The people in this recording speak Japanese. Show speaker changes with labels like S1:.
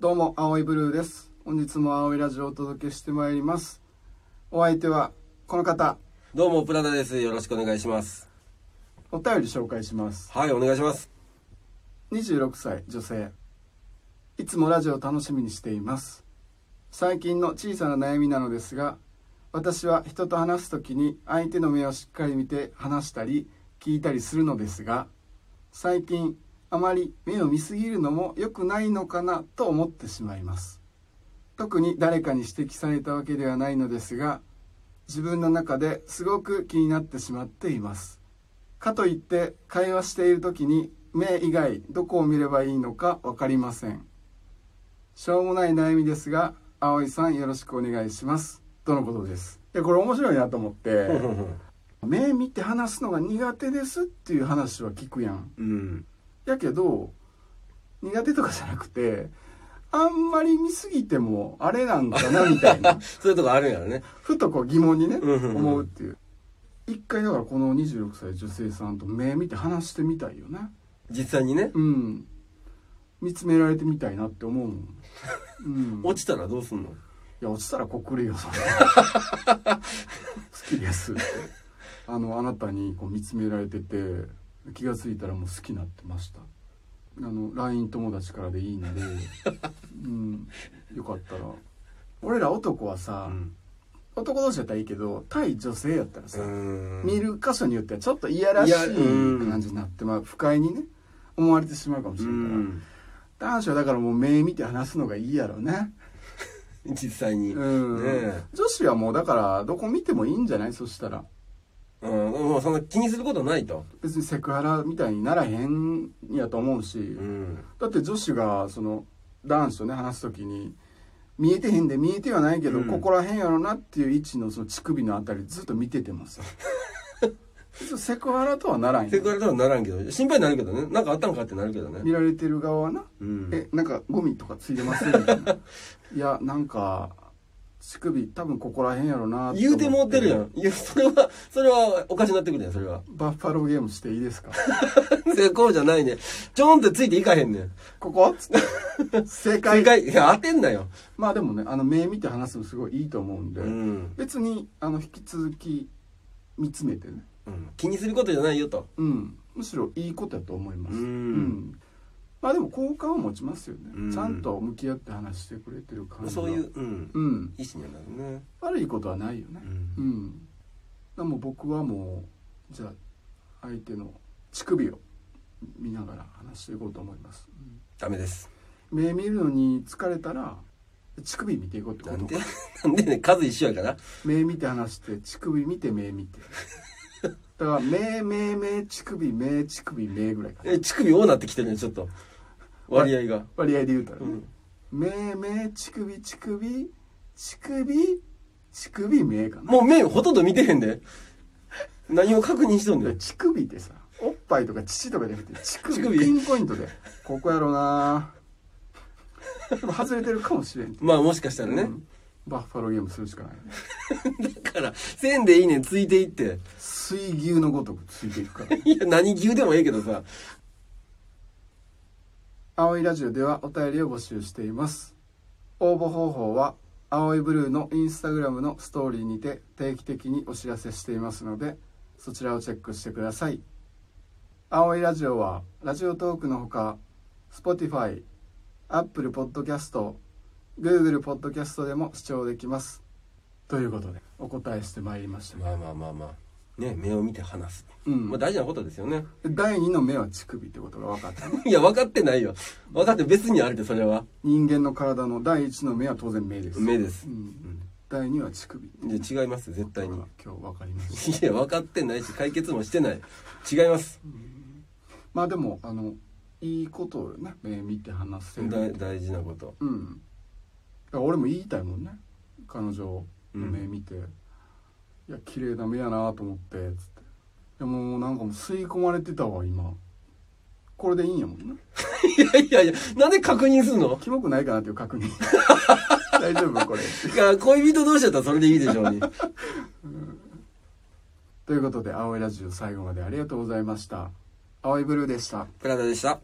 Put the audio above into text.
S1: どうも、青いブルーです。本日も青いラジオをお届けしてまいります。お相手は、この方、
S2: どうもプラダですよろしくお願いします
S1: お便り紹介します。
S2: はいお願いします
S1: 26歳、女性。いつもラジオを楽しみにしています。最近の小さな悩みなのですが、私は人と話すときに相手の目をしっかり見て話したり聞いたりするのですが、最近あまり目を見すぎるのも良くないのかなと思ってしまいます特に誰かに指摘されたわけではないのですが自分の中ですごく気になってしまっていますかといって会話している時に目以外どこを見ればいいのか分かりませんしょうもない悩みですが葵さんよろしくお願いしますとのことですいやこれ面白いなと思って
S2: うんうん
S1: 目見て話すのが苦手ですっていう話は聞くやん
S2: うん
S1: やけど苦手とかじゃなくてあんまり見すぎてもあれなんかなみたい な
S2: そういうとこあるんやろね
S1: ふとこう疑問にね
S2: うんうんうん
S1: 思うっていう一回だからこの26歳女性さんと目見て話してみたいよね
S2: 実際にね
S1: うん見つめられてみたいなって思うもん、うん、い
S2: 落ちたらどうすんの
S1: や落ちたらこっくるよそれ好きですってあのあなたにこう見つめられてて気がついたらもう好きになってましたあの LINE 友達からでいいの で、うん、よかったら俺ら男は
S2: う
S1: さ、
S2: ん
S1: 男同士だったらいいけど対女性やったらさ、
S2: うん
S1: 見る箇所によってはちょっといやらしい
S2: いやうん
S1: 感じになって、まあ、不快にね思われてしまうかもし
S2: う
S1: れないから、
S2: ん
S1: 男子はだからもう目見て話すのがいいやろね
S2: 実際に
S1: う
S2: ね
S1: ん、
S2: え
S1: 女子はもうだからどこ見てもいいんじゃないそしたら
S2: うんもうそんな気にすることないと
S1: 別にセクハラみたいにならへんやと思うし、
S2: うん
S1: だって女子がその男子とね話す時に見えてへんで見えてはないけど、
S2: うん
S1: ここらへんやろなっていう位置のその乳首のあたりずっと見ててもさそうセクハラとはならんよ
S2: セクハラとはならんけど心配になるけどねなんかあったんかってなるけどね
S1: 見られてる側はな
S2: うん
S1: えなんかゴミとかついてますみたいないやなんか乳首多分ここらへんやろな
S2: 言うてもってるやんいやそれはそれはおかしになってくるやんそれは
S1: バッファローゲームしていいですか
S2: こうじゃないねちょんってついていかへんねん
S1: ここつって正解
S2: 正解いや当てんなよ
S1: まあでもねあの目見て話すのすごいいいと思うんで、
S2: うん
S1: 別にあの引き続き見つめてね
S2: うん気にすることじゃないよと
S1: うんむしろいいことだと思います
S2: うん
S1: んまあでも好感を持ちますよね、
S2: うん
S1: ちゃんと向き合って話してくれてる感じが
S2: そういう、うん、
S1: うん
S2: 意思にはなるね。
S1: 悪いことはないよねうん、でも僕はもうじゃあ相手の乳首を見ながら話していこうと思います、
S2: ダメです。
S1: うん目見るのに疲れたら乳首見ていこうってこ
S2: な
S1: と
S2: ん
S1: か
S2: で、なんで ね、数一緒やから。
S1: 目見て話して乳首見て目見てだから目目目乳首目乳首目ぐらいかな
S2: え、乳首多なってきてるね、ちょっと。割合が。
S1: 割合で言うたらね、
S2: うん。
S1: 目目乳首乳首乳首乳首目かな
S2: もう目ほとんど見てへんで。何を確認しとん
S1: だか
S2: ね
S1: ら
S2: ん。
S1: 乳首ってさおっぱいとか乳とかじゃなくて乳首
S2: 乳首
S1: ピンポイントでここやろなでも外れてるかもしれん、
S2: まあもしかしたら
S1: う
S2: ね。
S1: んバッファローゲームするしかないね
S2: だから、線でいいねん、ついていって。
S1: 水牛のごとくついていくから
S2: いや、何牛でもええけどさ。
S1: 青いラジオではお便りを募集しています応募方法は青いブルーのインスタグラムのストーリーにて定期的にお知らせしていますのでそちらをチェックしてください青いラジオはラジオトークのほか Spotify、Apple Podcast、Google Podcast でも視聴できますということでお答えしてまいりました、
S2: まあまあまあまあ。ね、目を見て話す。
S1: うん
S2: まあ大事なことですよね。
S1: 第2の目は乳首ってことが分かったね
S2: いや、分かってないよ。分かって別にあるで、それは。
S1: 人間の体の第1の目は当然目です
S2: 目です
S1: う。ん第2は乳首
S2: いや、違います、絶対に
S1: 今。日分かりました
S2: いや、分かってないし、解決もしてない。違います。
S1: まあでもあのいいことをね目見て話せる
S2: 大大事なこと。
S1: うんだから俺も言いたいもんね彼女の
S2: うん
S1: 目見て、いや綺麗な目やなと思ってつってでもなんかもう吸い込まれてたわ今これでいいんやもんね
S2: いやいやいや、なんで確認すんの
S1: キモくないかなっていう確 認大丈夫これ
S2: いや恋人同士だったらそれでいいでしょうに。
S1: ということで青いラジオ最後までありがとうございました青いブルーでした
S2: プラダでした。